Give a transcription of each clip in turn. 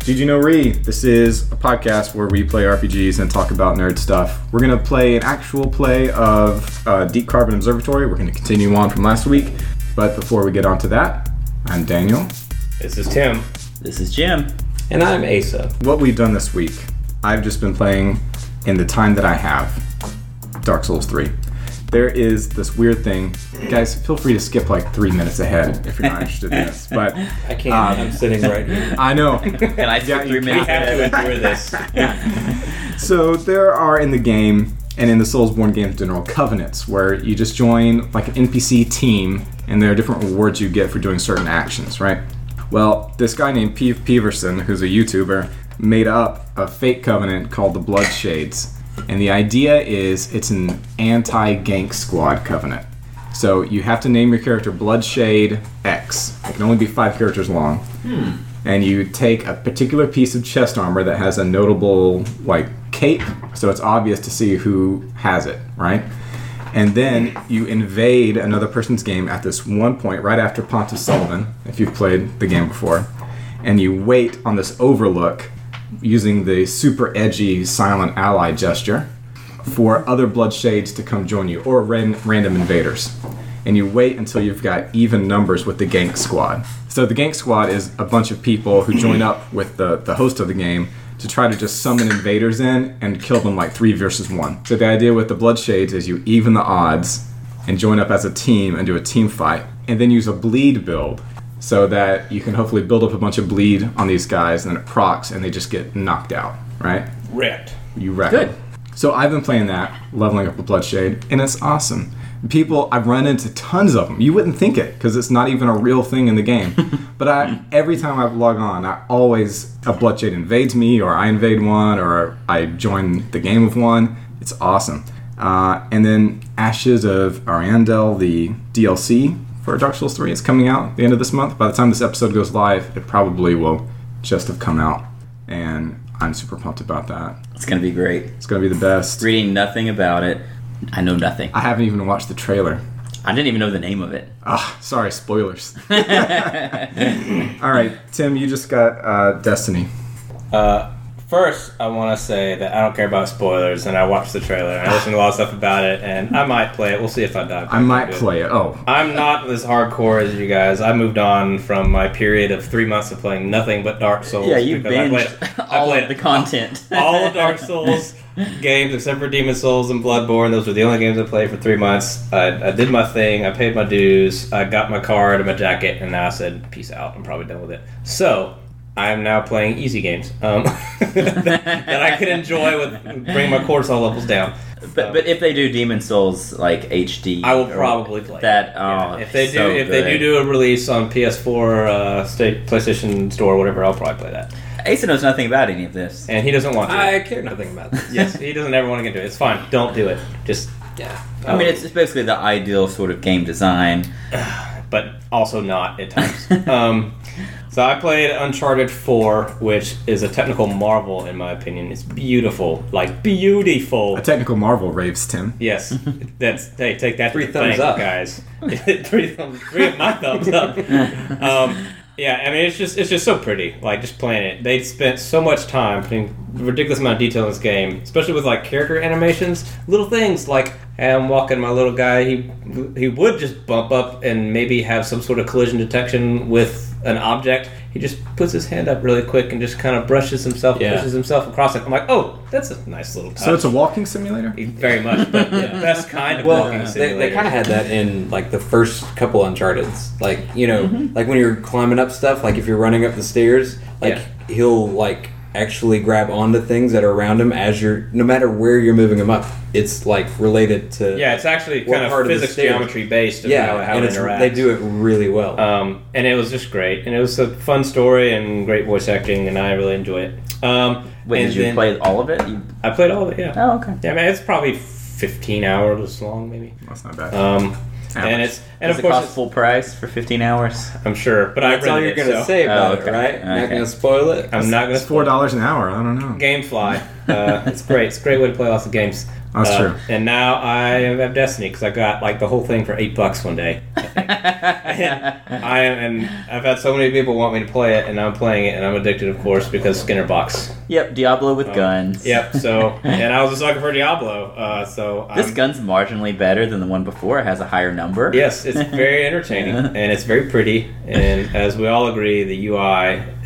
Did you know Re? This is a podcast where we play RPGs and talk about nerd stuff. We're gonna play an actual play of uh, Deep Carbon Observatory. We're gonna continue on from last week, but before we get on to that, I'm Daniel. This is Tim. This is Jim. And I'm Asa. What we've done this week, I've just been playing in the time that I have Dark Souls 3. There is this weird thing. Guys, feel free to skip like three minutes ahead if you're not interested in this. But I can't. Um, I'm sitting right here. I know. And Yeah, I took you three minutes. have to ahead. endure this. So there are in the game and in the Soulsborne games in general covenants where you just join like an NPC team and there are different rewards you get for doing certain actions, right? Well, this guy named Peeve Peverson, who's a YouTuber, made up a fake covenant called the Blood Shades. And the idea is it's an anti-gank squad covenant. So you have to name your character Bloodshade X. It can only be five characters long and you take a particular piece of chest armor that has a notable like cape, so it's obvious to see who has it, right? And then you invade another person's game at this one point right after Pontus Sullivan, if you've played the game before, and you wait on this overlook using the super edgy silent ally gesture for other bloodshades to come join you or ran- random invaders and you wait until you've got even numbers with the gank squad. So the gank squad is a bunch of people who join up with the, the host of the game to try to just summon invaders in and kill them like three versus one. So the idea with the Bloodshades is you even the odds and join up as a team and do a team fight, and then use a bleed build so that you can hopefully build up a bunch of bleed on these guys and then it procs and they just get knocked out, right? Ripped. You wreck. Good. So I've been playing that, leveling up the Bloodshade, and it's awesome. People, I've run into tons of them. You wouldn't think it because it's not even a real thing in the game. but I, every time I log on, I always a Bloodshade invades me, or I invade one, or I join the game of one. It's awesome. Uh, and then Ashes of Ariandel, the DLC for Dark Souls 3, is coming out at the end of this month. By the time this episode goes live, it probably will just have come out, and I'm super pumped about that. It's gonna be great. It's gonna be the best. Reading nothing about it. I know nothing. I haven't even watched the trailer. I didn't even know the name of it. Ah, sorry, spoilers. All right, Tim, you just got uh, Destiny. Uh, first, I want to say that I don't care about spoilers, and I watched the trailer, and I listened to a lot of stuff about it, and I might play it. We'll see if I die. I might play it. Oh, I'm not as hardcore as you guys. I moved on from my period of three months of playing nothing but Dark Souls. Yeah, you because I played- binged I all played of the content. all of Dark Souls games except for Demon Souls and Bloodborne. Those were the only games I played for three months. I, I did my thing. I paid my dues. I got my card and my jacket, and I said, "Peace out. I'm probably done with it." So. I am now playing easy games um, that I can enjoy with bring my cortisol levels down. But, but if they do Demon Souls like HD, I will or probably play it. that. Yeah, Oh, if they do, so if they do good. do a release on PS4, uh, state PlayStation Store, whatever, I'll probably play that. Asa knows nothing about any of this. And he doesn't want to. I care nothing about this. yes, he doesn't ever want to get into it. It's fine. Don't do it. Just Yeah. I um, mean, it's, it's basically the ideal sort of game design. but also not at times. um, so I played Uncharted 4, which is a technical marvel in my opinion. It's beautiful, like beautiful. a technical marvel raves, Tim. Yes, that's hey, take that Three to the thumbs bank, up. guys. three thumbs, three of my thumbs up. Um, yeah, I mean it's just it's just so pretty. Like just playing it, they spent so much time putting a ridiculous amount of detail in this game, especially with like character animations, little things like hey, I'm walking my little guy. He he would just bump up and maybe have some sort of collision detection with an object. He just puts his hand up really quick and just kind of brushes himself, Yeah. pushes himself across it. I'm like, oh, that's a nice little touch. So it's a walking simulator. Very much, but the best kind of Well, walking they, simulator. they kind of had that in like the first couple Uncharted's. Like you know, like when you're climbing up stuff, like if you're running up the stairs, like he'll like actually grab onto things that are around him as you're, no matter where you're moving him up. It's like related to yeah, it's actually What kind of part of the physics stairs? geometry based. Of yeah, how, how and it it's, interacts. they do it really well. Um, and it was just great, and it was a fun story and great voice acting, and I really enjoy it. Um, Wait, and did you then- play all of it? You, I played all of it. Yeah, oh, okay. yeah. I mean, it's probably fifteen hours long, maybe. That's not bad. Um, Average. and it's and Does of it course cost full price for 15 hours? it's- I'm sure, but That's I all rented you're it, gonna so say about Oh, it, okay. right? Not Okay. gonna spoil it. I'm not gonna it's four dollars an hour. I don't know. Gamefly. Uh, it's great. It's a great way to play lots of games. That's Uh, true. And now I have Destiny because I got like the whole thing for eight bucks one day. I think. And I am, and I've had so many people want me to play it, and I'm playing it, and I'm addicted, of course, because Skinner Box. Yep, Diablo with Um, guns. Yep. So, and I was a sucker for Diablo. Uh, so This I'm- gun's marginally better than the one before. It has a higher number. Yes, it's very entertaining Yeah. and it's very pretty. And as we all agree, the UI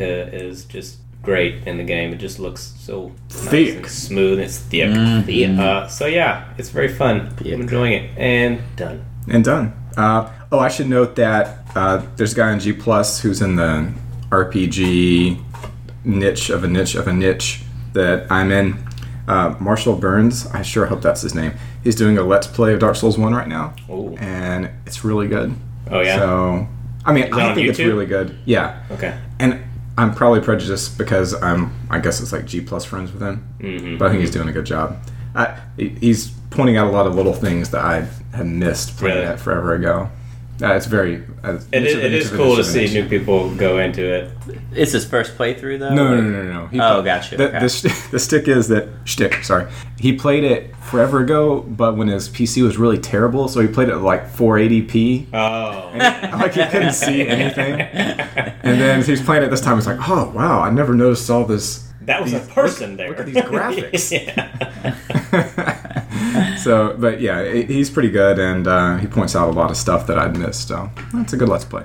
uh, is just great in the game. It just looks so nice Thick. and smooth. And it's thick. Mm, thick. Uh, so yeah, it's very fun. Thick. I'm enjoying it. And done. And done. Uh, oh, I should note that uh, there's a guy on G Plus who's in the RPG niche of a niche of a niche that I'm in. Uh, Marshall Burns, I sure hope that's his name. He's doing a Let's Play of Dark Souls One right now, Ooh. and it's really good. Oh yeah. So, I mean, that I on think it's YouTube? really good. Yeah, Okay. and I'm probably prejudiced because I'm, I guess it's like G Plus friends with him hmm but I think he's doing a good job. I, he- he's pointing out a lot of little things that I had missed playing Really? that forever ago. Uh, it's very. Uh, It niche is, of a it niche is of a niche cool to of a see niche. new people go into it. It's his first playthrough though. No, no, Like, no, no, no. He Oh, played- gotcha, The, okay. the, sh- the stick is that shtick. Sorry, he played it forever ago, but when his PC was really terrible, so he played it at like 480p. Oh. like he couldn't see anything. And then he's playing it this time. He's like, oh wow, I never noticed all this. That was a these- person there. look at these graphics. yeah. so, but yeah, i- he's pretty good, and uh, he points out a lot of stuff that I'd missed. So that's a good let's play.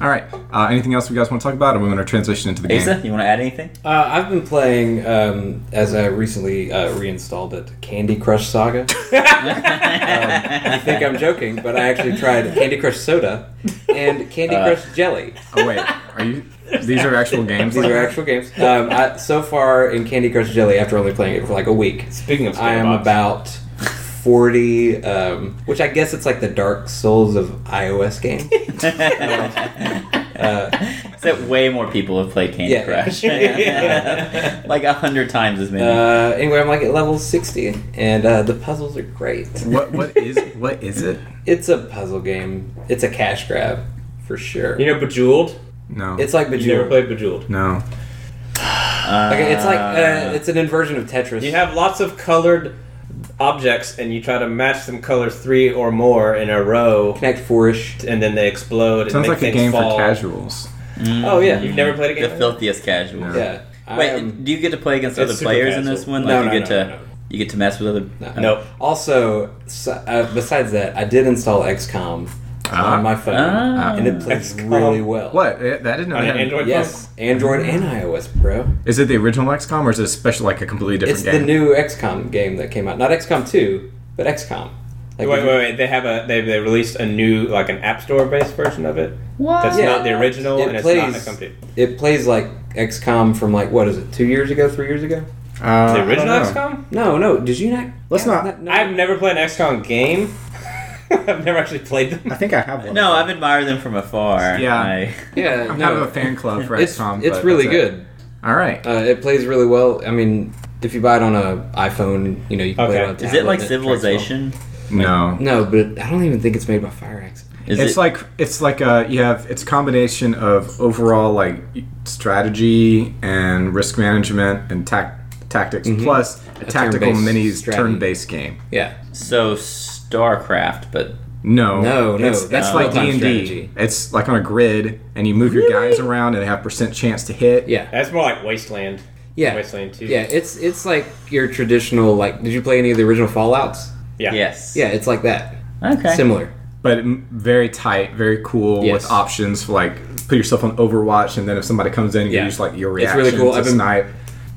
All right. Uh, anything else we guys want to talk about, or we want to transition into the game? Asa, you want to add anything? Uh, I've been playing, um, as I recently uh, reinstalled it, Candy Crush Saga. Um, I think I'm joking, but I actually tried Candy Crush Soda and Candy Uh. Crush Jelly. Oh wait, are you? These are actual games. These are actual games. Um, I, so far in Candy Crush Jelly, after only playing it for like a week, Speaking of, I am Skinner Box, about 40, um, which I guess it's like the Dark Souls of iOS game. Except way more people have played Candy Uh, Yeah. Crush. Yeah. like a hundred times as many. Uh, anyway, I'm like at level 60, and uh, the puzzles are great. What what is what is it? It's a puzzle game. It's a cash grab, for sure. You know, Bejeweled. No. It's like You never Bejeweled. played Bejeweled. no. Okay, it's like uh, it's an inversion of Tetris. Ah. You have lots of colored objects, and you try to match them color three or more in a row, Connect Four-ish. and then they explode. and Sounds make like a things game fall. for casuals. Oh yeah, you've never played a the game. filthiest casual. No. Yeah. Um, Wait, I'm- do you get to play against It's other super players in casual. this one? No, Like no, you get no, to no, no. you get to mess with other. No. Nope. Also, so, uh, besides that, I did install XCOM Ah. on my phone, Ah. and it plays XCOM. really well. What? Eh, That didn't know. On they an had- Android Yes, Android and Ah. iOS, bro. Is it the original XCOM or is it a special, like a completely different It's game? the new XCOM game that came out. Not XCOM 2, but XCOM. phone. Like, Wait, wait, wait. They have a they they released a new like an app store based version of it. What? That's Yeah. not the original, It and it's not plays- a company. It plays like XCOM from like what is it? Two years ago? Three years ago? Uh, I The don't original know. XCOM. No, no. Did you not? Let's yeah, not- no. I've never played an XCOM game. I've never actually played I them. think I have one. No, I've admired them from afar. Yeah. I- yeah, I'm no. kind of a fan club for It's XCOM. it's but really that's it. good. All right. Uh, it plays really well. I mean, if you buy it on a iPhone, you know you can play it Okay. on a is tablet, it like and tracks Civilization? no. well. No, but I don't even think it's made by FireX. Is it's it? like it's like a you have it's a combination of overall like strategy and risk management and tac- tactics plus a, tactical Mm-hmm. turn-based minis strategy. turn-based game. Yeah. so StarCraft, but No, No, no, it's, that's it's like D real-time and D. strategy. It's like on a grid, and you move your guys around, and they have percent chance to hit. Yeah. That's more like Wasteland. Yeah. Wasteland Two. Yeah. It's it's like your traditional like. Did you play any of the original Fallout's? Yeah. yes. Yeah, it's like that. Okay. Similar. but m- very tight, very cool Yes. with options for like put yourself on Overwatch, and then if somebody comes in, you Yeah. use like your It's reaction. really cool. To I've been- snipe,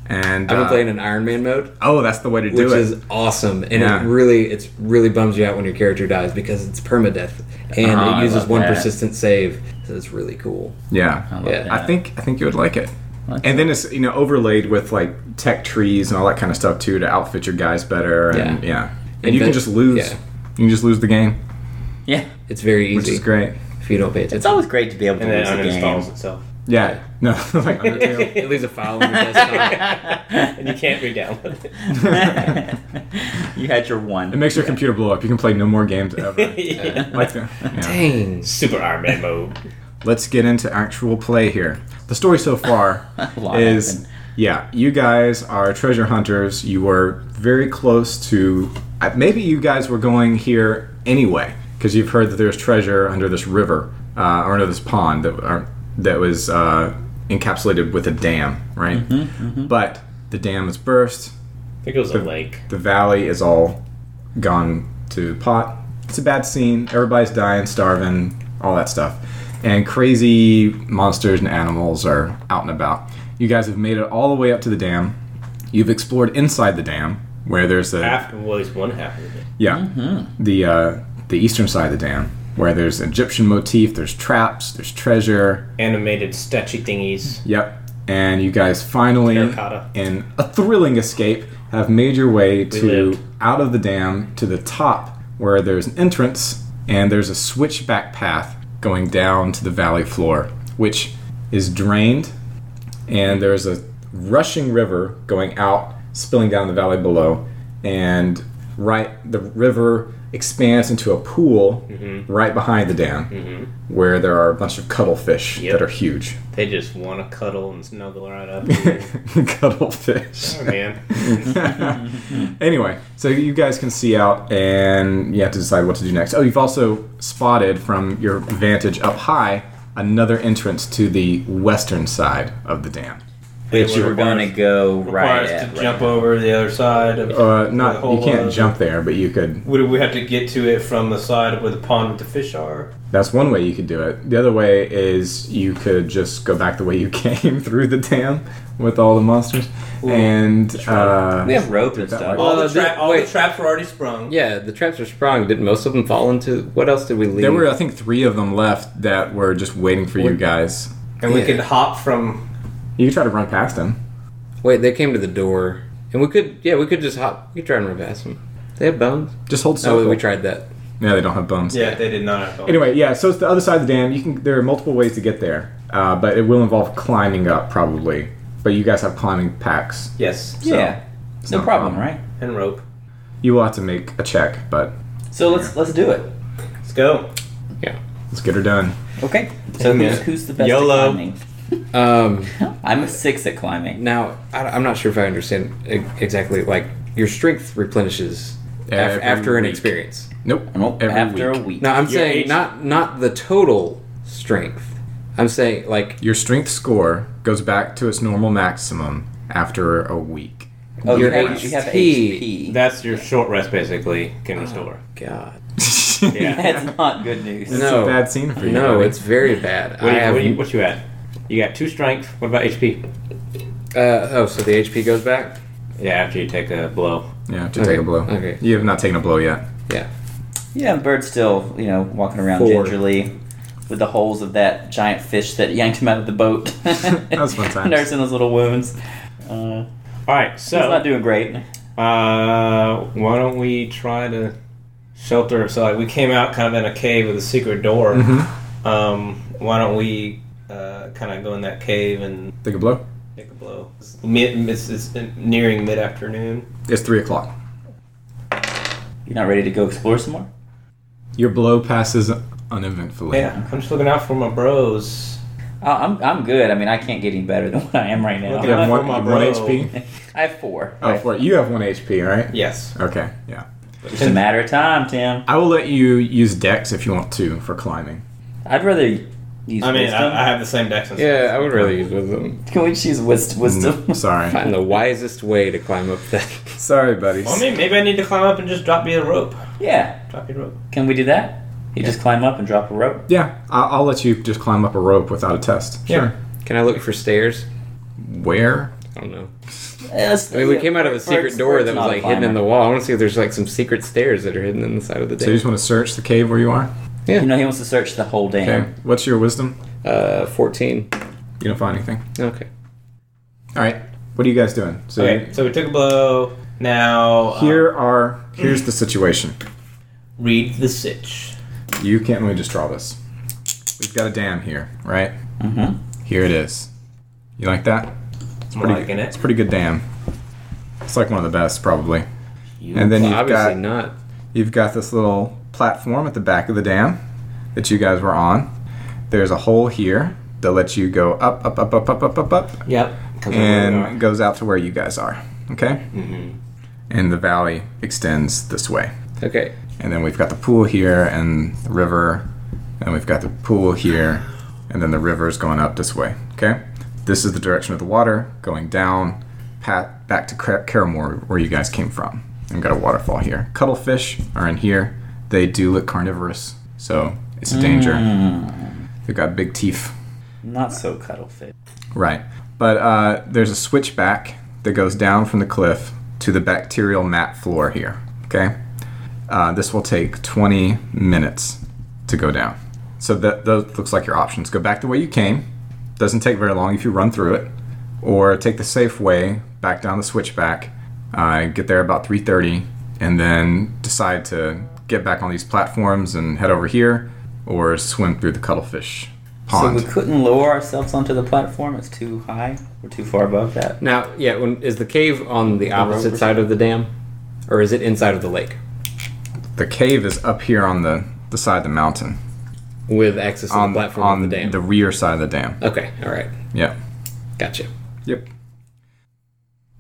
and I've been uh, playing in Iron Man mode, Oh, that's the way to do which it. is awesome, and Yeah. it really it's really bums you out when your character dies because it's permadeath, and Ah, Oh, I it uses love one that. persistent save, so it's really cool. yeah, I love Yeah. that. I think I think you would like it. Like And then it's you know overlaid with like tech trees and all that kind of stuff too to outfit your guys better and yeah, Yeah. and, you can Invent- just lose yeah. you can just lose the game Yeah. It's very easy which is great if you don't pay It's attention. always great to be able to And then it lose a uninstalls game. itself, yeah no like Undertale. it leaves a file on your desktop. and you can't re-download it. you had your it one. makes your computer blow up you can play no more games ever Yeah. like that yeah. Dang. Super Iron Man mode. let's get into actual play here. The story so far A lot is happened. yeah, you guys are treasure hunters. You were very close to I- maybe you guys were going here anyway because you've heard that there's treasure under this river uh, or under this pond that or, that was uh, encapsulated with a dam, right? Mm-hmm, But the dam has burst. I think it was a lake. The valley is all gone to pot. It's a bad scene. Everybody's dying, starving, all that stuff. And crazy monsters and animals are out and about. You guys have made it all the way up to the dam. You've explored inside the dam, where there's a Half, well, at least one half of it. yeah. The uh, the eastern side of the dam, where there's Egyptian motif, there's traps, there's treasure. Animated statue thingies. Yep. And you guys finally, Terracotta. in a thrilling escape, have made your way to lived. out of the dam to the top, where there's an entrance and there's a switchback path going down to the valley floor, which is drained, and there's a rushing river going out, spilling down the valley below, and right the river expands into a pool Mm-hmm. right behind the dam, where there are a bunch of cuttlefish Yep. that are huge. They just want to cuddle and snuggle right up. cuttlefish. oh, man. Anyway, so you guys can see out, and you have to decide what to do next. Oh, you've also spotted from your vantage up high another entrance to the western side of the dam. Which you were requires- gonna go right Requires at. to right jump over the other side. Of, Uh, the not whole, you can't uh, jump there, but you could. Would we have to get to it from the side where the pond with the fish are? That's one way you could do it. The other way is you could just go back the way you came through the dam with all the monsters, and uh, We have rope and stuff. All, Uh, the, tra- the- all wait. the traps were already sprung. Yeah, the traps are sprung. Did most of them fall into? What else did we leave? there were I think three of them left that were just waiting for you guys. And we Yeah. could hop from. You could try to run past them. Wait, they came to the door, and we could. Yeah, we could just hop. We could try and run past them. They have bones. Just hold No, circle. oh, we tried that. Yeah, they don't have bones. Yeah, they did not have to. Anyway, yeah. So it's the other side of the dam. You can. There are multiple ways to get there, uh, but it will involve climbing up probably. But you guys have climbing packs. Yes. so- yeah, no not problem, fun. right? And rope. You will have to make a check, but So let's let's do it. Let's go. Yeah. let's get her done. Okay. So Yeah. who's who's the best YOLO. at climbing? Um. I'm a six at climbing. Now, I, am not sure if I understand e- exactly. Like your strength replenishes af- Every after an week. experience. Nope. Nope, Every after week. a week. No, I'm Your saying age- not not the total strength. I'm saying like Your strength score goes back to its normal maximum after a week. oh, you your have, you have HP. HP. That's your short rest, basically. Can restore. God. Yeah. That's not good news. It's No. a bad scene for you. No, buddy. it's very bad. What, I do you, have, what, do you, what you at? You got two strength. What about HP? uh, oh, so the HP goes back. Yeah, after you take a blow. yeah. Have to Okay, take a blow. okay. You have not taken a blow yet. Yeah. Yeah, Bird's still, you know, walking around Four. gingerly with the holes of that giant fish that yanked him out of the boat. that was fun times. Nursing his little wounds. Uh, All right, he's not so doing great. uh, why don't we try to shelter? So like we came out kind of in a cave with a secret door. Mm-hmm. Um, why don't we uh, kind of go in that cave and Take a blow. take a blow? It's, mid, it's, it's nearing mid afternoon. It's three o'clock. You're not ready to go explore some more? Your blow passes uneventfully. Yeah, I'm just looking out for my bros. Oh, I'm, I'm good. I mean, I can't get any better than what I am right now. You have Not one, for my one bro. HP. I have four. Oh, four. You have one HP, right? Yes. Okay. Yeah. It's a matter of time, Tim. I will let you use dex if you want to for climbing. I'd rather use I mean, wisdom. I, I have the same dex. as- Yeah, I would really use with them. Can we just use wis- wisdom? Mm, sorry. Find the wisest way to climb up that. Sorry, buddies. Well, maybe, maybe I need to climb up and just drop me a rope. yeah. Drop me a rope. Can we do that? You just climb up and drop a rope. Yeah, I'll, I'll let you just climb up a rope without a test. Yeah. Can I look for stairs? Where? I don't know. Yes, I mean, we yeah, came out of a Bird's- secret door Bird's that was not a like hidden in climber. the wall. I want to see if there's like some secret stairs that are hidden in the side of the So you dam. just want to search the cave where you are? You know, he wants to search the whole dam. Okay. What's your wisdom? Uh, fourteen. You don't find anything. Okay. All right. What are you guys doing? So Okay, so we took a blow. Now uh, here are here's the situation. read the sitch. You can't let me just draw this. We've got a dam here, right? Mm-hmm. Here it is. You like that? I'm Pretty- liking It's a it. pretty good dam. It's like one of the best, probably. You- and then Well, you've obviously got not. You've got this little platform at the back of the dam that you guys were on. There's a hole here that lets you go up, up, up, up, up, up, up, up, Yep. Mm-hmm. and goes out to where you guys are. Okay? and the valley extends this way. Okay. And then we've got the pool here and the river, and we've got the pool here, and then the river is going up this way. Okay? This is the direction of the water going down, pat, back to Car- Caramore, where you guys came from. And we've got a waterfall here. Cuttlefish are in here. They do look carnivorous, so it's a danger. They've got big teeth. Not so cuttlefish. Right. But uh, there's a switchback that goes down from the cliff to the bacterial mat floor here. Okay? Uh, this will take 20 minutes to go down. So that, that looks like your options. Go back the way you came. Doesn't take very long if you run through it. Or take the safe way back down the switchback. Uh, get there about 3.30 and then decide to get back on these platforms and head over here or swim through the cuttlefish pond. So we couldn't lower ourselves onto the platform. It's too high. We're too far above that. Now, yeah, when, is the cave on the opposite rope. side of the dam, or is it inside of the lake The cave is up here on the, the side of the mountain. with access to on the platform on of the dam? rear side of the dam. okay. All right. Yeah. Gotcha. Yep.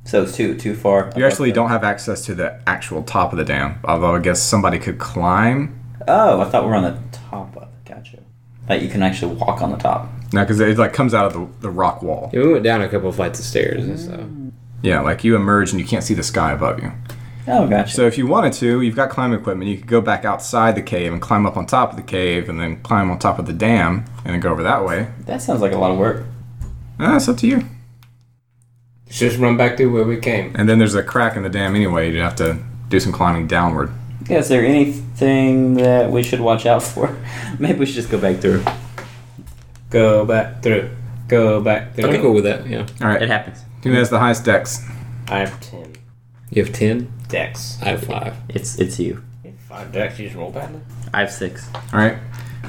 So it's too too far. You above actually the- don't have access to the actual top of the dam, although I guess somebody could climb. Oh, I thought we were on the top of it. Gotcha. That you can actually walk on the top. No, because it like comes out of the, the rock wall. Yeah, we went down a couple of flights of stairs and stuff. Mm. Yeah, like you emerge and you can't see the sky above you. Oh, gotcha. So if you wanted to, you've got climbing equipment. You could go back outside the cave and climb up on top of the cave, and then climb on top of the dam, and then go over that way. that sounds like a lot of work. Ah, it's up to you. Just run back to where we came. And then there's a crack in the dam anyway. You'd have to do some climbing downward. Yeah, is there anything that we should watch out for? Maybe we should just go back through. Go back through. Go back through. I'm cool with that. Yeah. All It right. happens. Who has the highest dex? I have ten You have ten. decks. I have five. It's it's you. Five decks. You just roll badly. I have six. All right,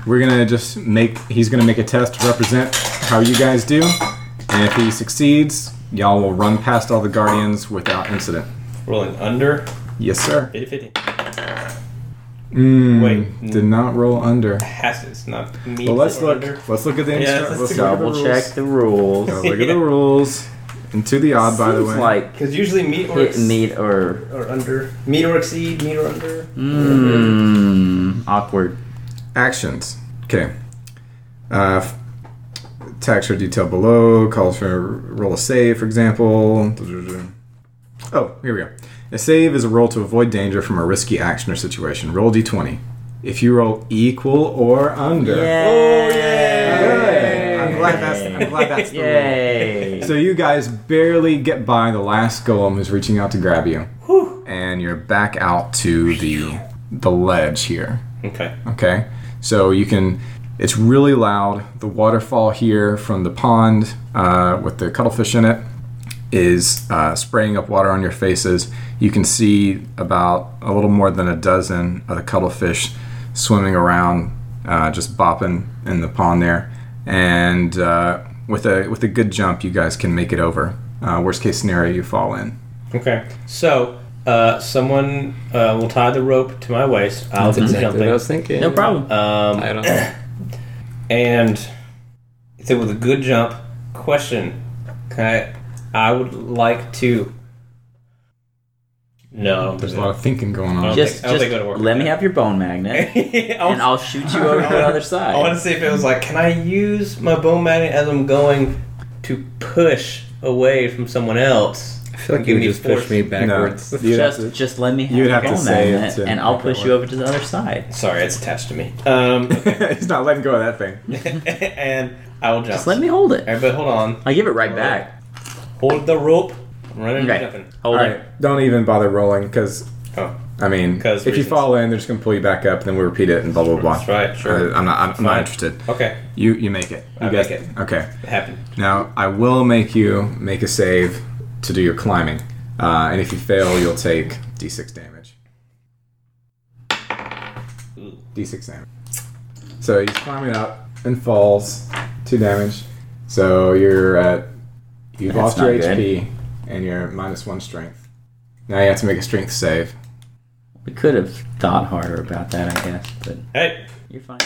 we're gonna just make. He's gonna make a test to represent how you guys do, and if he succeeds, y'all will run past all the guardians without incident. Rolling under. Yes, sir. 50-50. Mm, Wait. hmm. did not roll under. Has to. It's not me. Well, let's or look. under. Let's look at the Yeah, instructions. let's let's do look at the Double rules. check the rules. Let's look at the rules. And to the odd, by the Seems way. like Because usually meet or hit ex- meet or or under. Meet or exceed. Meet or under. mm, awkward. Actions. Okay. Uh, f- tax or detail below calls for a roll a save, for example. Oh, here we go. A save is a roll to avoid danger from a risky action or situation. Roll d20. If you roll equal or under. Oh Good. I'm glad that's, I'm glad that's the rule. Yay! So you guys barely get by the last golem who's reaching out to grab you. And you're back out to the the ledge here. Okay. Okay, so you can. It's really loud. The waterfall here from the pond uh, with the cuttlefish in it is uh, spraying up water on your faces. You can see about a little more than a dozen of the cuttlefish swimming around, uh, just bopping in the pond there. And uh, with a with a good jump, you guys can make it over. Uh, worst case scenario, you fall in. Okay. So uh, someone uh, will tie the rope to my waist. I'll That's do the exactly what I was jumping. thinking. No problem. Um, I don't. And if it was a good jump, question. Okay, I would like to. No, There's a lot of thinking going on. I don't just think- I don't just think it'll work let like me that. have your bone magnet, I and was- I'll shoot you over to the other side. I want to see if it was like, can I use my bone magnet as I'm going to push away from someone else? I feel like Give you would me just push force. me backwards. No, you'd have just to- just let me have you'd your have to bone say it magnet, to and I'll make that push you over to the other side. Sorry, it's attached to me. Um, He's not letting go of that thing. and I will jump. Just let me hold it. Everybody, hold on. I give it right back. Hold the rope. I'm running Okay, and jumping. hold All it. right, don't even bother rolling because Oh, I mean, 'Cause if you reasons. fall in, they're just gonna pull you back up, and then we repeat it and blah blah blah. that's right. Sure. I, am not. I'm, I'm not Fine. interested. okay, You you make it. You I guys make it. Okay. it happened. Now I will make you make a save to do your climbing, uh, and if you fail, you'll take d6 damage. Ooh. D6 damage. So he's climbing up and falls, two damage. So you're at you've lost That's your not good. HP and you're at minus one strength. Now you have to make a strength save. We could have thought harder about that, I guess, but Hey, you're fine.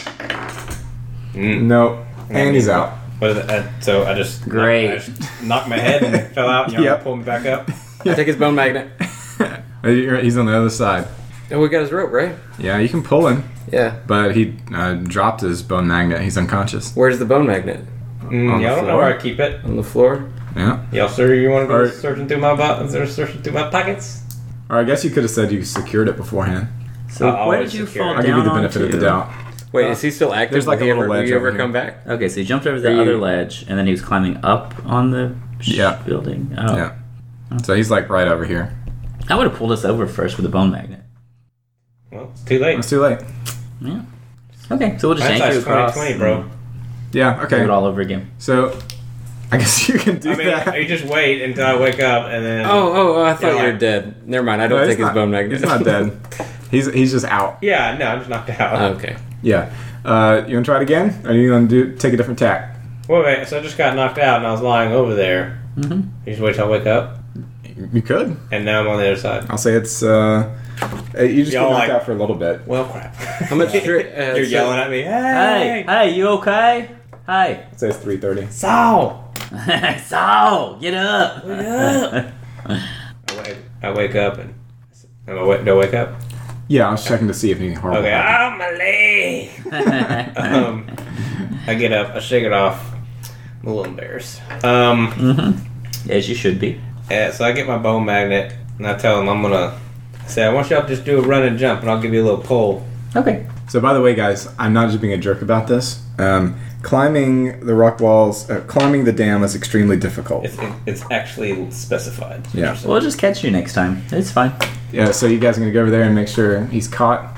Nope. And he's out. What is it? Uh, so I just Great. I just knocked my head and fell out. And y'all Yep. pulled me back up. I take his bone magnet. Uh, you're- He's on the other side. And we got his rope, right? Yeah, you can pull him, Yeah. but he uh, dropped his bone magnet. He's unconscious. Where's the bone magnet? On Mm, the yeah, I don't know floor? where I keep it. On the floor? Yeah. Y'all sure you want to go Or- searching through my bo- searching through my pockets? Or I guess you could have said you secured it beforehand. I So where Uh, always did you secure fall it. I'll down give you the benefit onto? of the doubt. Wait, is he still active? There's like Will a he little ever, will ledge he ever over here. come back? Okay, so you jumped over the Are other you- ledge, and then he was climbing up on the sh- Yeah. building. Oh. Yeah. So he's like right over here. I would have pulled us over first with a bone magnet. Well, it's too late. It's too late. Yeah. Okay, so we'll just Hindsight's yank you across. 20, bro. and Yeah. Do Okay. it all over again. So I guess you can do I mean, that. you just wait until I wake up and then. Oh, oh, oh I thought Yeah. you were dead. Never mind. I No, don't he's think his not- bone magnet. He's not dead. He's he's just out. Yeah, no, I'm just knocked out. okay. Yeah. Uh, you want to try it again? Or you going to do take a different tack? Wait, wait, so I just got knocked out and I was lying over there. Mhm. You just wait till I wake up, You could. and now I'm on the other side. I'll say it's. Uh, uh, you just Y'all get knocked like- out for a little bit. Well, crap. How much? Tri- uh, You're so- yelling at me. Hey, Hey! hey, you okay? Hey. I'd say it's three thirty. Saul! so, get up. Get up. I wake, I wake up and. Am I wake, do I wake up? Yeah, I was checking to see if anything horrible. Okay, happened. ah, my leg! um, I get up, I shake it off. I'm a little embarrassed. Um, Mm-hmm. As you should be. yeah, so I get my bone magnet and I tell him I'm gonna I say, I want y'all to just do a run and jump and I'll give you a little pull. Okay. So by the way, guys, I'm not just being a jerk about this. Um, climbing the rock walls, uh, climbing the dam is extremely difficult. It's, it's actually specified. Yeah. We'll just catch you next time. It's fine. Yeah, so you guys are gonna go over there and make sure he's caught.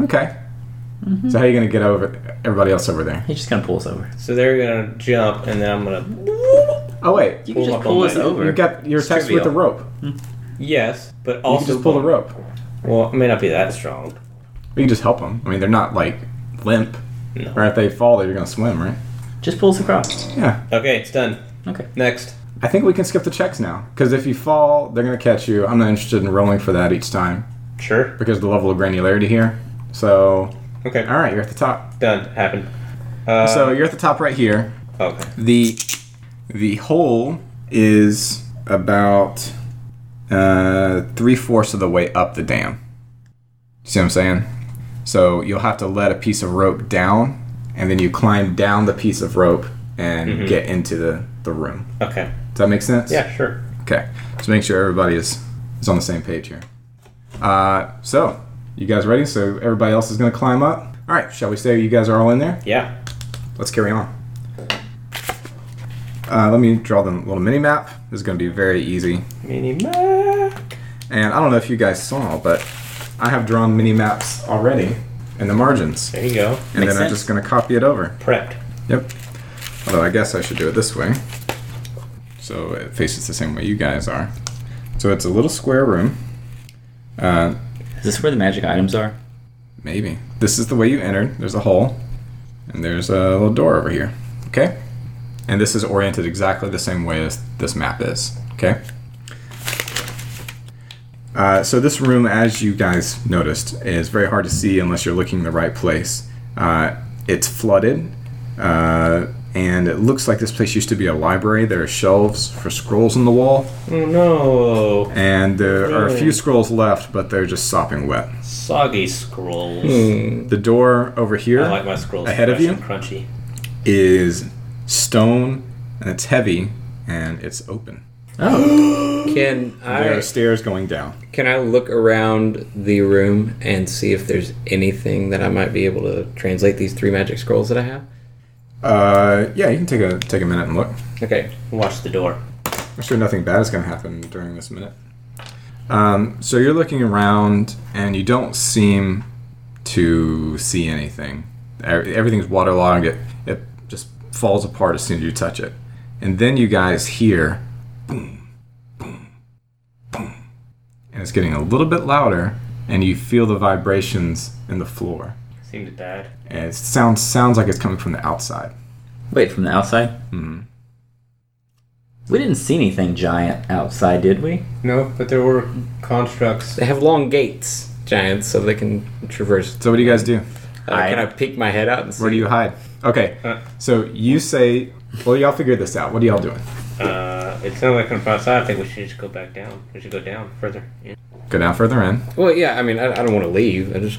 Okay. So how are you gonna get over everybody else over there? He's just gonna pull us over. So they're gonna jump, and then I'm gonna. Oh wait, You Pull can up just on pull my- us over. you got your It's text with trivial. the rope. Yes, but You also can just pull the rope. Well, it may not be that strong. We can just help them. I mean, they're not like limp. No. Or if they fall, they're gonna swim, right? Just pull us across. Yeah. Okay, it's done. Okay. Next. I think we can skip the checks now because if you fall, they're gonna catch you. I'm not interested in rolling for that each time Sure. because of the level of granularity here. So, Okay. all right, you're at the top. Done. Happened. Uh, so you're at the top right here. okay. the the hole is about uh, three fourths of the way up the dam. See what I'm saying? So you'll have to let a piece of rope down, and then you climb down the piece of rope and get into the, the room. Okay. Does that make sense? Yeah. Sure. Okay. So make sure everybody is is on the same page here. Uh, so you guys ready? So everybody else is going to climb up. All right. Shall we say you guys are all in there? Yeah. let's carry on. Uh, let me draw them a little mini map. This is going to be very easy. Mini Mac. And I don't know if you guys saw, but I have drawn mini maps already in the margins. There you go. And Makes then I'm sense. just going to copy it over. Prepped. Yep. Although I guess I should do it this way. So it faces the same way you guys are. So it's a little square room. Uh, Is this where the magic items are? maybe. This is the way you entered. There's a hole. And there's a little door over here. Okay? And this is oriented exactly the same way as this map is. Okay? Uh, so this room, as you guys noticed, is very hard to see unless you're looking in the right place. Uh, it's flooded, uh, and it looks like this place used to be a library. There are shelves for scrolls on the wall, Oh no. and there are a few Really? scrolls left, but they're just sopping wet. Soggy scrolls. Hmm. Mm. The door over here. I like my scrolls. Ahead of fresh you? and Crunchy. is stone and it's heavy and it's open. There Can I are stairs going down. can I look around the room and see if there's anything that I might be able to translate these three magic scrolls that I have? Uh, yeah, you can take a take a minute and look. Okay. Watch the door. I'm sure nothing bad is going to happen during this minute. Um, so you're looking around and you don't seem to see anything. Ev- Everything's waterlogged. It, it just falls apart as soon as you touch it. And then you guys hear boom, boom, boom. And it's getting a little bit louder and you feel the vibrations in the floor. Seemed to die. And it sounds sounds like it's coming from the outside. Wait, from the outside? Hmm. Mm-hmm. We didn't see anything giant outside, did we? No, but there were constructs. They have long gates, giants, so they can traverse. So what do you guys do? Uh, I- can I peek my head out and see? Where do you hide? Okay, Uh. so you say, well, y'all figure this out. What are y'all doing? Uh, uh, it's not like confront outside. I think we should just go back down. We should go down further. in. Go down further in. Well, yeah. I mean, I, I don't want to leave. I just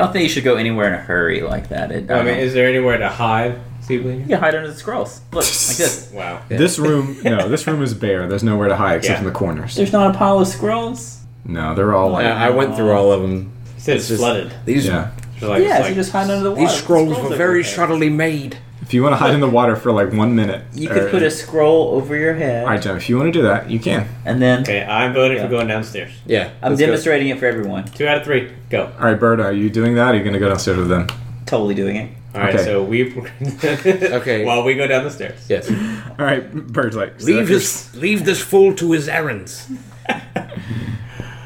I don't think you should go anywhere in a hurry like that. It, I mean, is there anywhere to hide? See, you can hide under the scrolls. Look, like this. Wow. This room, no, this room is bare. There's nowhere to hide except in Yeah. the corners. There's not a pile of scrolls. No, they're all like, I, I went through all of them. You said it's just- flooded. These yeah. So, like, it's yeah, so like- you just hide under the water. these scrolls Scrolls were are very there. shoddily made. If you want to hide in the water for like one minute, You or- could put a scroll over your head, All right, Jim. If you want to do that, you can. and then Okay, I'm voting Yeah. for going downstairs. Yeah, I'm let's go. demonstrating it for everyone. Two out of three. Go. All right, Bird, are you doing that? Or are you going to go downstairs with them? Totally doing it. All right, Okay. so we. okay. While we go down the stairs. Yes, All right, Bird's like leave "Suckers." this leave this fool to his errands.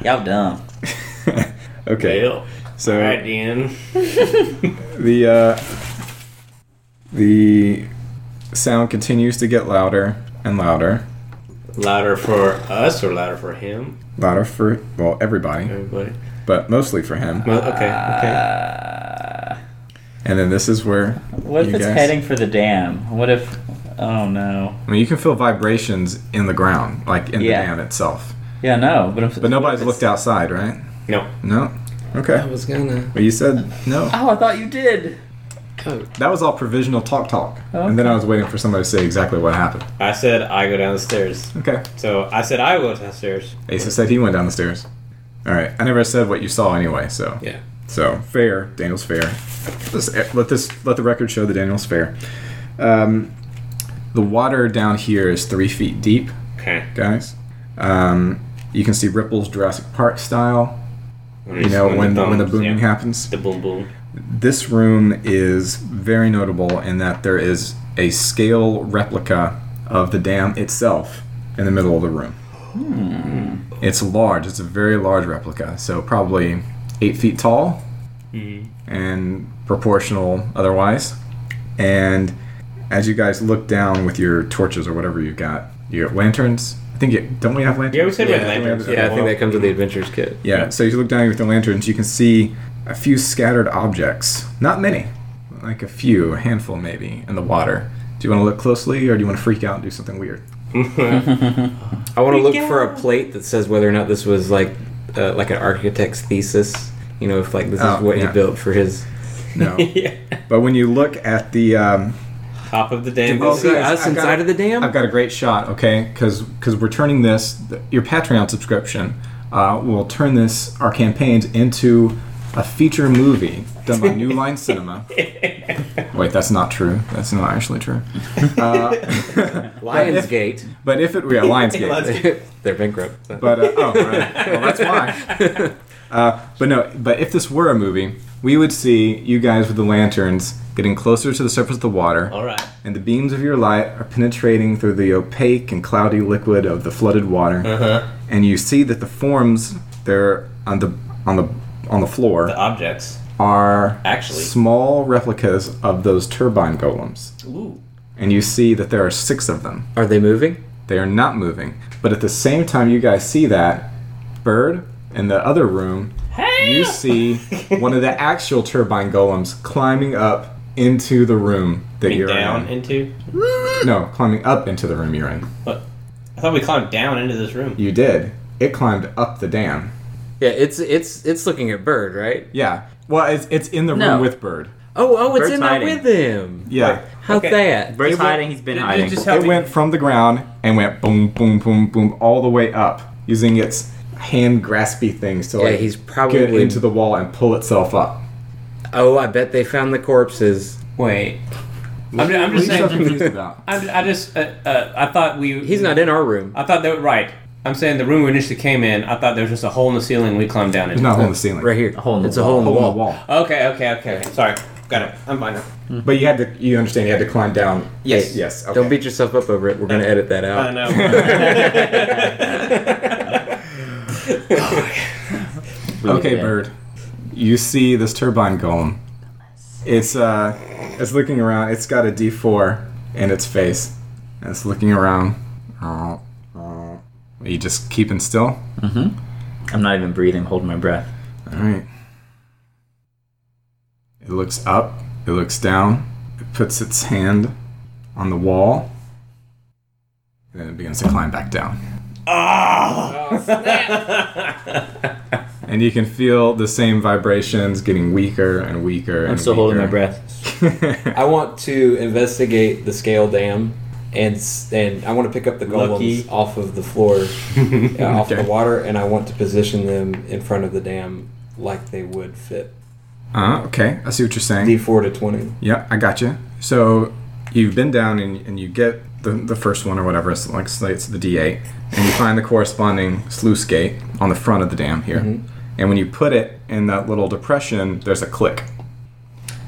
Y'all dumb. okay. Deal. So All right, Dean. the uh, the sound continues to get louder and louder, Louder for us or louder for him? louder for well everybody, Everybody. but mostly for him. Well, okay. Okay. Uh, And then this is where what if You it's guys- heading for the dam? What if? Oh no. I mean you can feel vibrations in the ground, like in Yeah. the dam itself. Yeah, no. But if, But nobody's looked outside, right? No. No. I Okay. was gonna. Well, you said no. Oh, I thought you did. That was all provisional talk talk, and then I was waiting for somebody to say exactly what happened. I said I go down the stairs. Okay. So I said I go downstairs. Asa said he went down the stairs. All right. I never said what you saw anyway, so Yeah. So fair, Daniel's fair. Let's, let this let the record show that Daniel's fair. Um, the water down here is three feet deep, Okay. guys. Um, you can see ripples Jurassic Park style. You know when the, when the thumbs- booming yeah. happens. The boom boom. This room is very notable in that there is a scale replica of the dam itself in the middle of the room. It's large. It's a very large replica. So probably eight feet tall, and proportional otherwise. And as you guys look down with your torches or whatever you've got, your lanterns. I think you, don't we have lanterns? Yeah, we said Yeah, red lanterns. yeah, Yeah, I think that comes with the adventures kit. Yeah, so you look down with the lanterns, you can see a few scattered objects. Not many, like a few, a handful maybe, in the water. Do you want to look closely, or do you want to freak out and do something weird? I want to look for a plate that says whether or not this was like uh, like an architect's thesis. You know, if like this Oh, is what yeah. he built for his. No. yeah. but when you look at the, um, Top of the dam. Oh, Oh, Okay, see guys, us I've got inside it. of the dam. I've got a great shot, okay? Because we're turning this th- your Patreon subscription uh, will turn this our campaigns into a feature movie done by New Line Cinema. Wait, that's not true. That's not actually true. Lionsgate. But if it were yeah, Lionsgate, They're bankrupt. so. but uh, oh, right. well, that's why. Uh, but no, but if this were a movie, we would see you guys with the lanterns getting closer to the surface of the water All right. and the beams of your light are penetrating through the opaque and cloudy liquid of the flooded water, Uh-huh. and you see that the forms there on the on the on the floor The objects. are Actually. small replicas of those turbine golems, Ooh. and you see that there are six of them. Are they moving? They are not moving, but at the same time, you guys see that bird in the other room. You see one of the actual turbine golems climbing up into the room that you're down in. into. No, climbing up into the room you're in. What? I thought we climbed down into this room. You did. It climbed up the dam. Yeah, it's it's it's looking at Bird, right? Yeah. Well, it's, it's in the No. room with Bird. Oh, oh, it's Bird's in there hiding. with him. Yeah. How Okay. that? Bird's went- hiding. He's been you hiding. just- It went from the ground and went boom, boom, boom, boom, all the way up using its hand graspy things to Yeah, like he's get probably. into the wall and pull itself up. oh, I bet they found the corpses. Wait. I'm, What I'm just are you so saying. confused about? I'm, I just. Uh, uh, I thought we. He's not in our room. I thought that right. I'm saying the room we initially came in. I thought there was just a hole in the ceiling. We climbed down It's into. not on the ceiling. Right here. A hole in the it's a hole in the Hole in wall. the wall. Okay. Okay. Okay. Sorry. Got it. I'm fine now. But you had to, you understand, you had to climb down. Yes. Yes. Okay. Don't beat yourself up over it. We're gonna edit that out. I know. Really Okay, bad. bird. You see this turbine golem. It's uh, it's looking around. It's got a D4 in its face, and it's looking around. Are you just keeping still? I'm not even breathing. Holding my breath. All right. It looks up. It looks down. It puts its hand on the wall. It and it begins to climb back down. Ah! And you can feel the same vibrations getting weaker and weaker. I'm still holding my breath. I want to investigate the scale dam, and s- and I want to pick up the golems Lucky. off of the floor, uh, off Okay. the water, and I want to position them in front of the dam like they would fit. Uh, okay, I see what you're saying. D four to twenty. Yeah, I got you. So you've been down and, and you get the, the first one or whatever. It's like say it's the D8, and you find the corresponding sluice gate on the front of the dam here. And when you put it in that little depression, there's a click,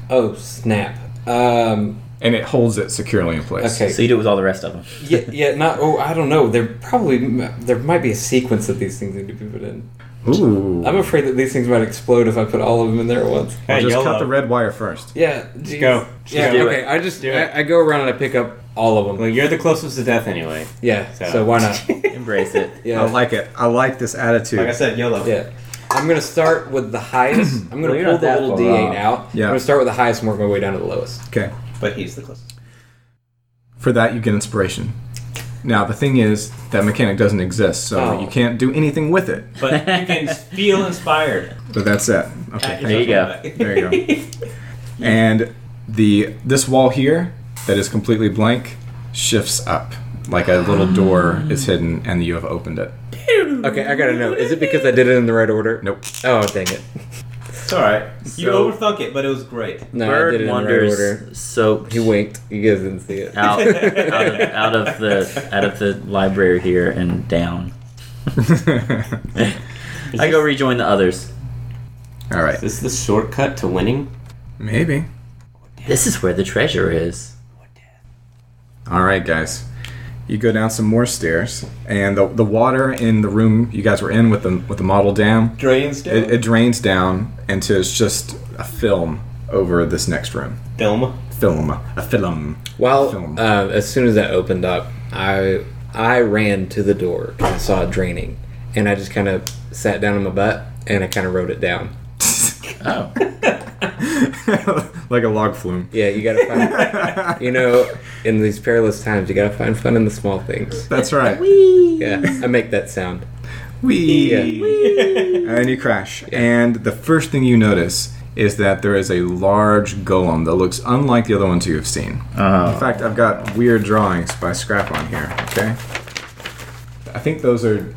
Oh snap! Um, and it holds it securely in place. okay. So you do it with all the rest of them. yeah, yeah, not. Oh, I don't know. There probably there might be a sequence of these things that need to be put in. Ooh. I'm afraid that these things might explode if I put all of them in there at once. Well, Hey, just YOLO. cut the red wire first. Yeah, geez. go. Just Yeah, do okay. it. I just Do it. I, I go around and I pick up all of Well, them. you're the closest to death anyway. Yeah, So- so, why not? Embrace it. Yeah, I like it. I like this attitude. Like I said, YOLO. yeah. I'm gonna start with the highest. I'm Well, gonna you're pull not the that little far D8 off. out. Yeah. I'm gonna start with the highest and work my way down to the lowest. okay. But he's the closest. For that, you get inspiration. Now the thing is that mechanic doesn't exist, so Oh. you can't do anything with it. But you can feel inspired. But that's it. Okay. There you go. There you go. and the this wall here that is completely blank shifts up like a little door is hidden and you have opened it. Okay, I gotta know. Is it because I did it in the right order? Nope. Oh dang it! It's alright. You So- overthunk it, but it was great. No, I Bird did it in the right wanders order. soaked He winked. You guys didn't see it. out, out, of, out of the out of the library here and down. I go rejoin the others. All right. Is this the shortcut to winning? Maybe. This is where the treasure is. All right, guys. You go down some more stairs and the, the water in the room you guys were in with the with the model dam, Drains down. it, it drains down into it's just a film over this next room. Film. Film, a film. Well, Film. uh, as soon as that opened up, I I ran to the door and I saw it draining, and I just kind of sat down on my butt and I kind of wrote it down. Oh, like a log flume. Yeah, you gotta find, you know, in these perilous times, you gotta find fun in the small things. That's right. Yeah, I make that sound. Wee. Yeah. And you crash. And the first thing you notice is that there is a large golem that looks unlike the other ones you have seen. Uh-huh. In fact, I've got weird drawings by Scrap on here. Okay. I think those are.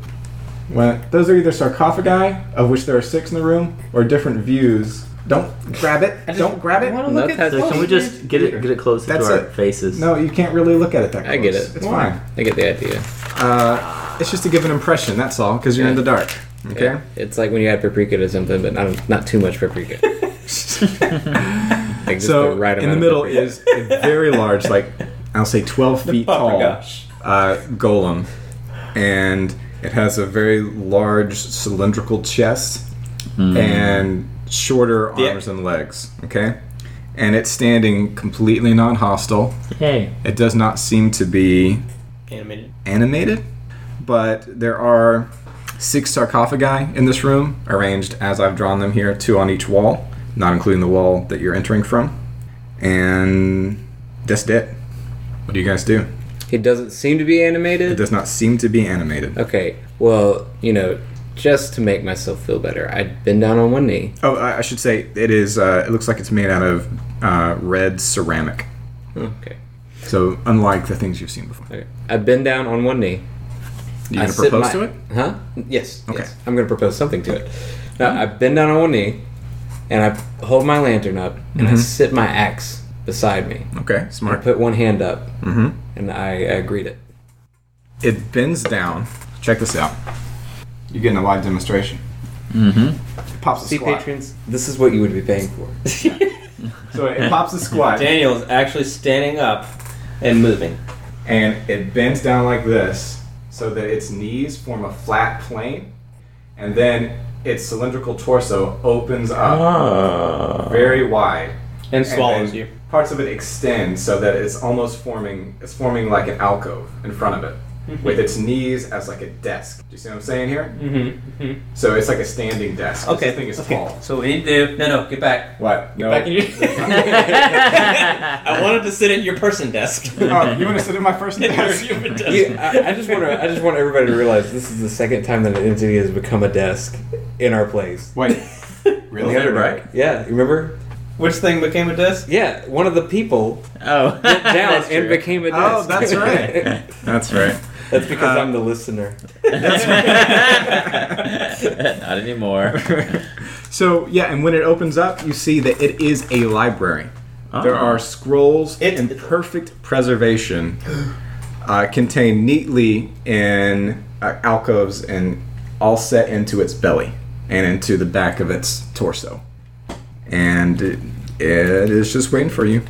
Well, those are either sarcophagi, of which there are six in the room, or different views. Don't grab it. Don't grab it. Not that- so can we just get it get it close to That's our it. faces? No, you can't really look at it that close. I get it. It's fine. I get the idea. Uh, it's just to give an impression. That's all, because you're in the dark. Okay. Yeah. It's like when you add paprika to something, but not not too much paprika. Like, just so the right in the amount of middle paprika. is a very large, like I'll say twelve Oh feet tall gosh. uh, golem, and it has a very large cylindrical chest and shorter Yeah. arms and legs. Okay, and it's standing completely non-hostile. Hey, It does not seem to be Animated. animated, but there are six sarcophagi in this room, arranged as I've drawn them here, two on each wall, not including the wall that you're entering from. And that's it. What do you guys do? he doesn't seem to be It animated. does not seem to be animated. Okay, well, you know, just to make myself feel better, I'd bend down on one knee. Oh, I I should say it is. Uh, it looks like it's made out of uh, red ceramic. Oh. Okay. So unlike the things you've seen before, Okay. I bend down on one knee. you I gonna sit propose my- to it? Huh? Yes. Okay. Mm-hmm. yes. I'm gonna propose something to it. Now I bend down on one knee, and I hold my lantern up, and I sit my axe beside me. Mm-hmm. Okay, I smart. Mm-hmm. put one hand up, and I, I greet it. it bends down. Check this out. You're getting a live demonstration. Mm-hmm. It pops a See, squat. patrons, this is what you would be paying for. So it pops a squat Daniel's actually standing up and moving. and it bends down like this so that its knees form a flat plane and then its cylindrical torso opens up very wide. Ah. And swallows then you. Parts of it extend so that it's almost forming it's forming like an alcove in front of it. with its knees as like a desk. Do you see what I'm saying here? Mm-hmm. mm-hmm. So it's like a standing desk. 'cause the thing is tall. So we need to do. No, no, get back. What? No. Back in your- I wanted to sit at your person desk. oh, you want to sit in my first desk? Your desk. You- I, I just want to. I just want everybody to realize this is the second time that an entity has become a desk in our place. Wait, really? The underdark. Yeah, you remember? Which thing became a desk? Yeah, one of the people Oh, went down that's and true. became a Oh, desk. that's right. That's right. that's because Uh, I'm the listener. Not anymore. So yeah, and when it opens up, you see that it is a library. Ah. Oh. There are scrolls It- in perfect preservation, uh, contained neatly in uh, alcoves and all set into its belly and into the back of its torso. And it, it is just waiting for you.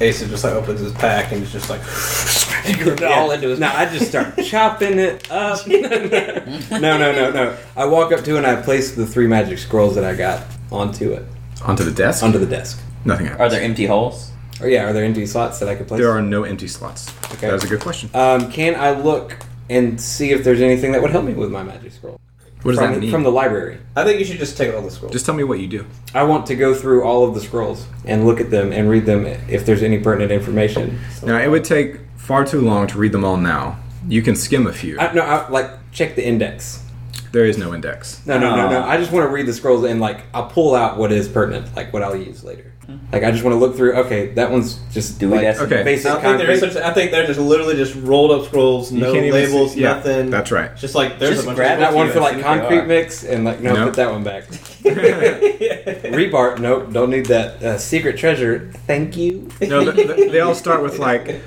Asa just like opens his pack and is just like all into his. No, I just start chopping it up. no, no, no, no. I walk up to it and I place the three magic scrolls that I got onto it, Onto the desk. onto the desk. Nothing Are happens. there empty holes? Oh yeah, are there empty slots that I could place? There are no empty slots. Okay. That was a good question. Um, can I look and see if there's anything that would help me with my magic scroll? What does from, that mean? From the library. I think you should just take all the scrolls. just tell me what you do. I want to go through all of the scrolls and look at them and read them if there's any pertinent information. So- Now, it would take far too long to read them all now. You can skim a few. I, no, I, like check the index. there is no index. No, no, no, no. Oh. Ah. I just want to read the scrolls and like I'll pull out what is pertinent, like what I'll use later. Mm-hmm. Like I just want to look through. Okay, that one's just Do we like, guess- Okay. I basic don't think there is concrete. such. I think they're just literally just rolled up scrolls, no can't even labels, see- yeah, nothing. that's right. Just like there's Just a bunch grab of That one for Yeah, like see what they concrete are. mix and like no, Nope. put that one back. that Rebart, nope, don't need that. Uh, secret treasure, thank you. No, th- th- they all start with like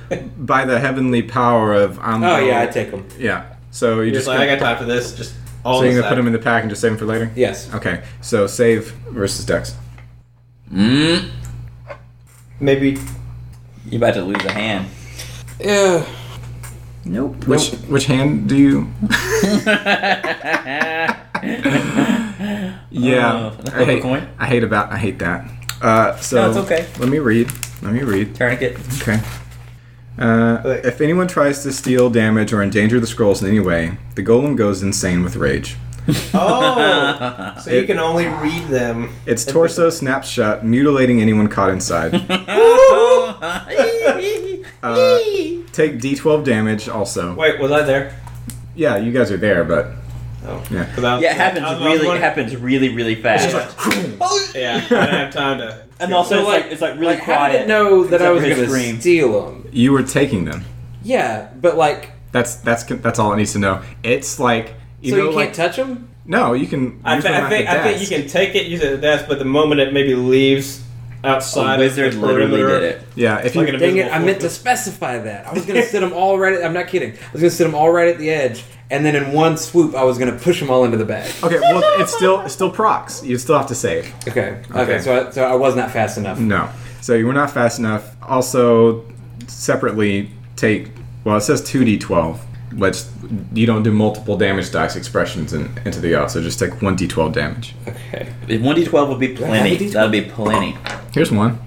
by the heavenly power of. I'm Oh the- yeah, I take them. yeah. So you You're just just like I gonna- got time for this. Just all. so you're this gonna put them in the pack and just save them for later. Yes. Okay. So save versus Dex. Mm. Maybe You about to lose a hand. Yeah. Nope. Which which hand do you? Yeah. Oh, flip I a hate. coin? I hate about. I hate that. Uh, so No, it's okay. Let me read. Let me read. Tourniquet. Okay. Uh, if anyone tries to steal, damage, or endanger the scrolls in any way, the golem goes insane with rage. Oh, so you can only read them. Its torso snaps shut, mutilating anyone caught inside. Uh, take D12 damage also. Wait, was I there? Yeah, you guys are there, but Oh, Yeah. 'Cause I was- Yeah, it happens I was- I was really. It wondering- happens really, really fast. Yeah, I didn't have time to. and also, So, it's like- like, it's like really like, I quiet. didn't know that Except I was for his going to scream. steal them. you were taking them. Yeah, but like, That's that's that's all it needs to know. It's like you so know, you can't like touch them? no, you can. I, use th- them I at think the I think you desk. can take it, use it at desk, but the moment it maybe leaves outside, A wizard of the literally perimeter- did it. Yeah, if Like you an Dang it! Invisible I meant to fortress. specify that. I was going to sit them all right. At, I'm not kidding. I was going to sit them all right at the edge, and then in one swoop, I was going to push them all into the bag. okay, well, it's still it's still procs. You still have to save. Okay. Okay. Okay. So, I, so I was not fast enough. No, so you were not fast enough. Also, separately take well, it says two d12, which you don't do multiple damage dice expressions in, into the out. So just take one d12 damage. Okay. One d twelve would be I have a plenty. D12? That'd be plenty. Here's one.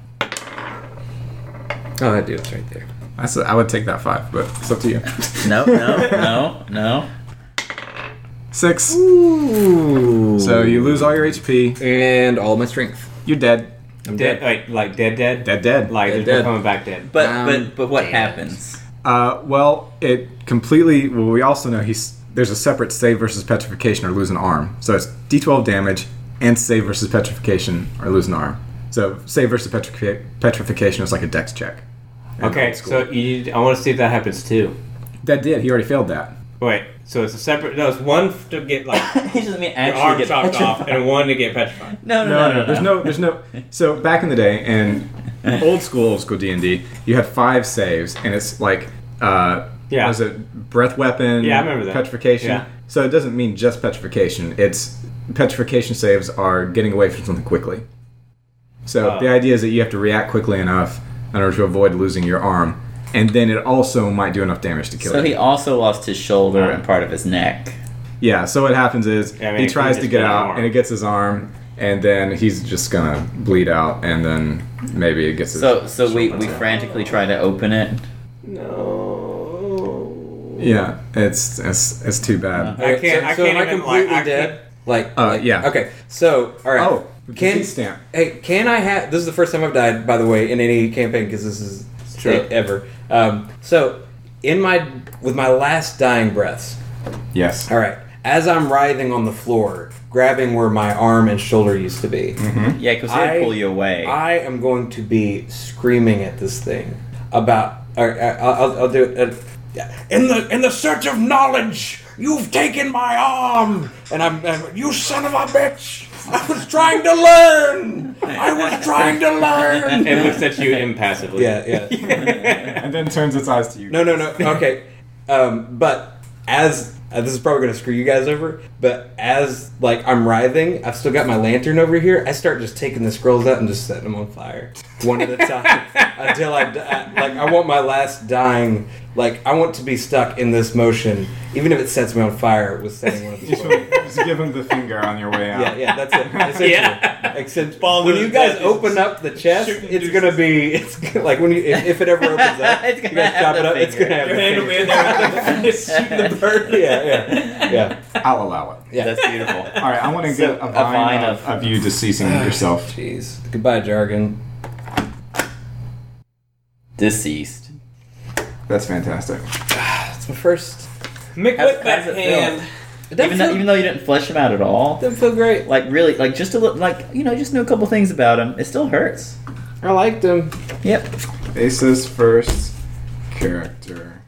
Oh, I do. It's right there. I said I would take that five, but it's up to you. No, no, no, no. Six. Ooh. So you lose all your HP. and all my strength. You're dead. I'm Dead, like, like dead, dead, Dead, dead. Like Dead, there's no dead. coming back dead. But Um, but but what happens? Uh, well, it completely. Well, we also know he's there's a separate save versus petrification or lose an arm. So it's D12 damage and save versus petrification or lose an arm. So save versus petrifi- petrification is like a dex check. And Okay, old school. so you, I want to see if that happens too. that did. He already failed that. Wait, so it's a separate. No, it's one f- to get like he doesn't mean your actually arm get chopped off, petrified. and one to get petrified. No, No, no, no. There's no, there's no. So back in the day, in old school, old school D and D, you had five saves, and it's like, uh, Yeah. was it breath weapon? Yeah, I remember that. Petrification. Yeah. So it doesn't mean just petrification. It's petrification saves are getting away from something quickly. So Oh. the idea is that you have to react quickly enough in order to avoid losing your arm, and then it also might do enough damage to kill So you. he also lost his shoulder and part of his neck. Yeah, so what happens is Yeah, I mean, he he tries to just get got an out arm. and it gets his arm and then he's just gonna bleed out and then maybe it gets his So so we, we shoulder. frantically try to open it. Oh. No. Yeah, it's it's, it's too bad. Uh-huh. I can't- I can't am I even, like, completely I dead? Like, Uh, yeah. Okay, so all right. Oh, disease stamp. Hey, can I have? This is the first time I've died, by the way, in any campaign because this is Sure. e- ever. Um, so, in my with my last dying breaths. Yes. All right, as I'm writhing on the floor, grabbing where my arm and shoulder used to be. Yeah, because I- they pull you away. I am going to be screaming at this thing about. All right, I- I'll, I'll, I'll do it. uh, yeah. In the in the search of knowledge, you've taken my arm, and I'm, I'm- you son of a bitch. I was trying to learn. I was trying to learn. It looks at you impassively. Yeah, yeah. And then turns its eyes to you. No, no, no. Okay, um, but as uh, this is probably gonna screw you guys over, but as like I'm writhing, I've still got my lantern over here. I start just taking the scrolls out and just setting them on fire one at a time until I die. like I want my last dying. Like I want to be stuck in this motion, even if it sets me on fire with setting one of the scrolls. Just give him the finger on your way out. Yeah, yeah, that's it. Essentially. Yeah. Except Ball when goes you guys down, just open up the chest, shooting it's through gonna be it's gonna, like when you if, if it ever opens up, It's you gonna guys have chop the it up. It's finger. gonna have Your a hand will be in finger. there with the shooting the bird. Yeah, yeah, yeah. I'll allow it. yeah. That's beautiful. All right, I want to So, get a a vine, vine of, of you deceasing yourself. Jeez. Goodbye, jargon. Deceased. That's fantastic. That's my first. Mick, How's- with that how's it hand. It doesn't Even though, feel, even though you didn't flesh him out at all, doesn't feel great. like really, like just a little, like you know, just knew a couple things about him. It still hurts. I liked him. Yep. Ace's first character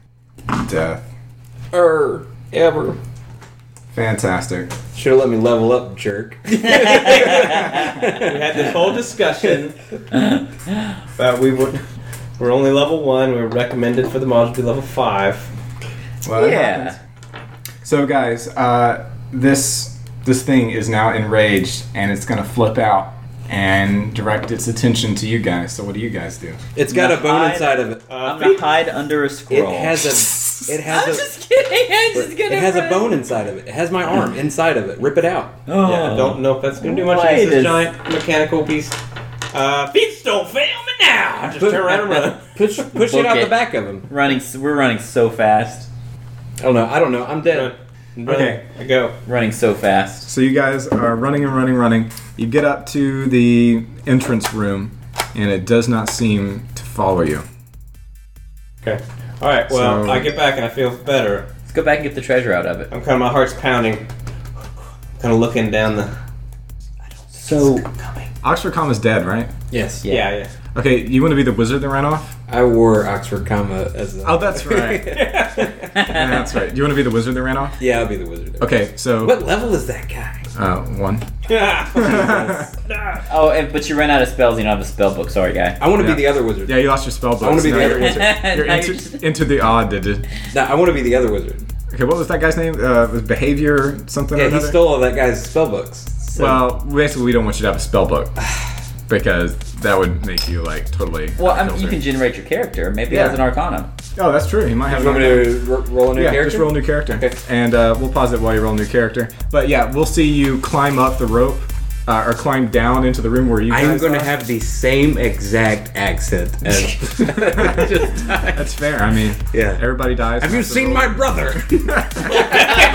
death. Er, ever. Fantastic. Should have let me level up, jerk. We had this whole discussion about we were we're only level one. We were recommended for the module to be level five. Well, that Yeah. happens. So guys, uh, this this thing is now enraged and it's gonna flip out and direct its attention to you guys. So what do you guys do? It's got a bone Behind- inside of it. Uh, I'm gonna hide under a It scroll. has a. It I'm has just kidding. I'm a. just gonna. It has a run. bone inside of it. It has my arm inside of it. Rip it out. Oh. yeah, I don't know if that's gonna do much Why against this does- giant mechanical beast. Uh, feet don't fail me now. Just turn around and run. Push, push it Book out the it. back of him. running. s- We're running so fast. I don't know. I don't know. I'm Run. dead. Run. Okay. I go. Running so fast. So you guys are running and running, running. You get up to the entrance room and it does not seem to follow you. Okay. All right. Well, So- I get back and I feel better. Let's go back and get the treasure out of it. I'm kind of my heart's pounding. Kind of looking down the. So Oxford Comma's dead, right? Yes. Yeah. Yeah, yeah. Okay, you want to be the wizard that ran off? I wore Oxford comma as a. Oh, that's right. Yeah, that's right. Do you want to be the wizard that ran off? yeah, I'll be the wizard. Okay, so What level is that guy? uh, one. Ah, ah. Oh, and, but you ran out of spells. You don't have a spell book. Sorry, guy. I want to Yeah. be the other wizard. Yeah, you lost your spell book. I wanna be so the now other you're wizard. into- You're Now you're into, just- into the odd. Did it? No, I want to be the other wizard. Okay, what was that guy's name? Uh, it was behavior something. or Yeah, he another? stole all that guy's spell books. Well, basically, we don't want you to have a spell book because that would make you like totally. Well, out of I mean, you can kilter. generate your character. Maybe Yeah. as an arcana. Oh, that's true. He might have. You want me another- to ro- roll a new yeah, character? just roll a new character, Okay. and uh, we'll pause it while you roll a new character. But yeah, we'll see you climb up the rope uh, or climb down into the room where you. I'm guys going are. to have the same exact accent as. That's fair. I mean, Yeah. Everybody dies. Have you That's the seen rule. my brother?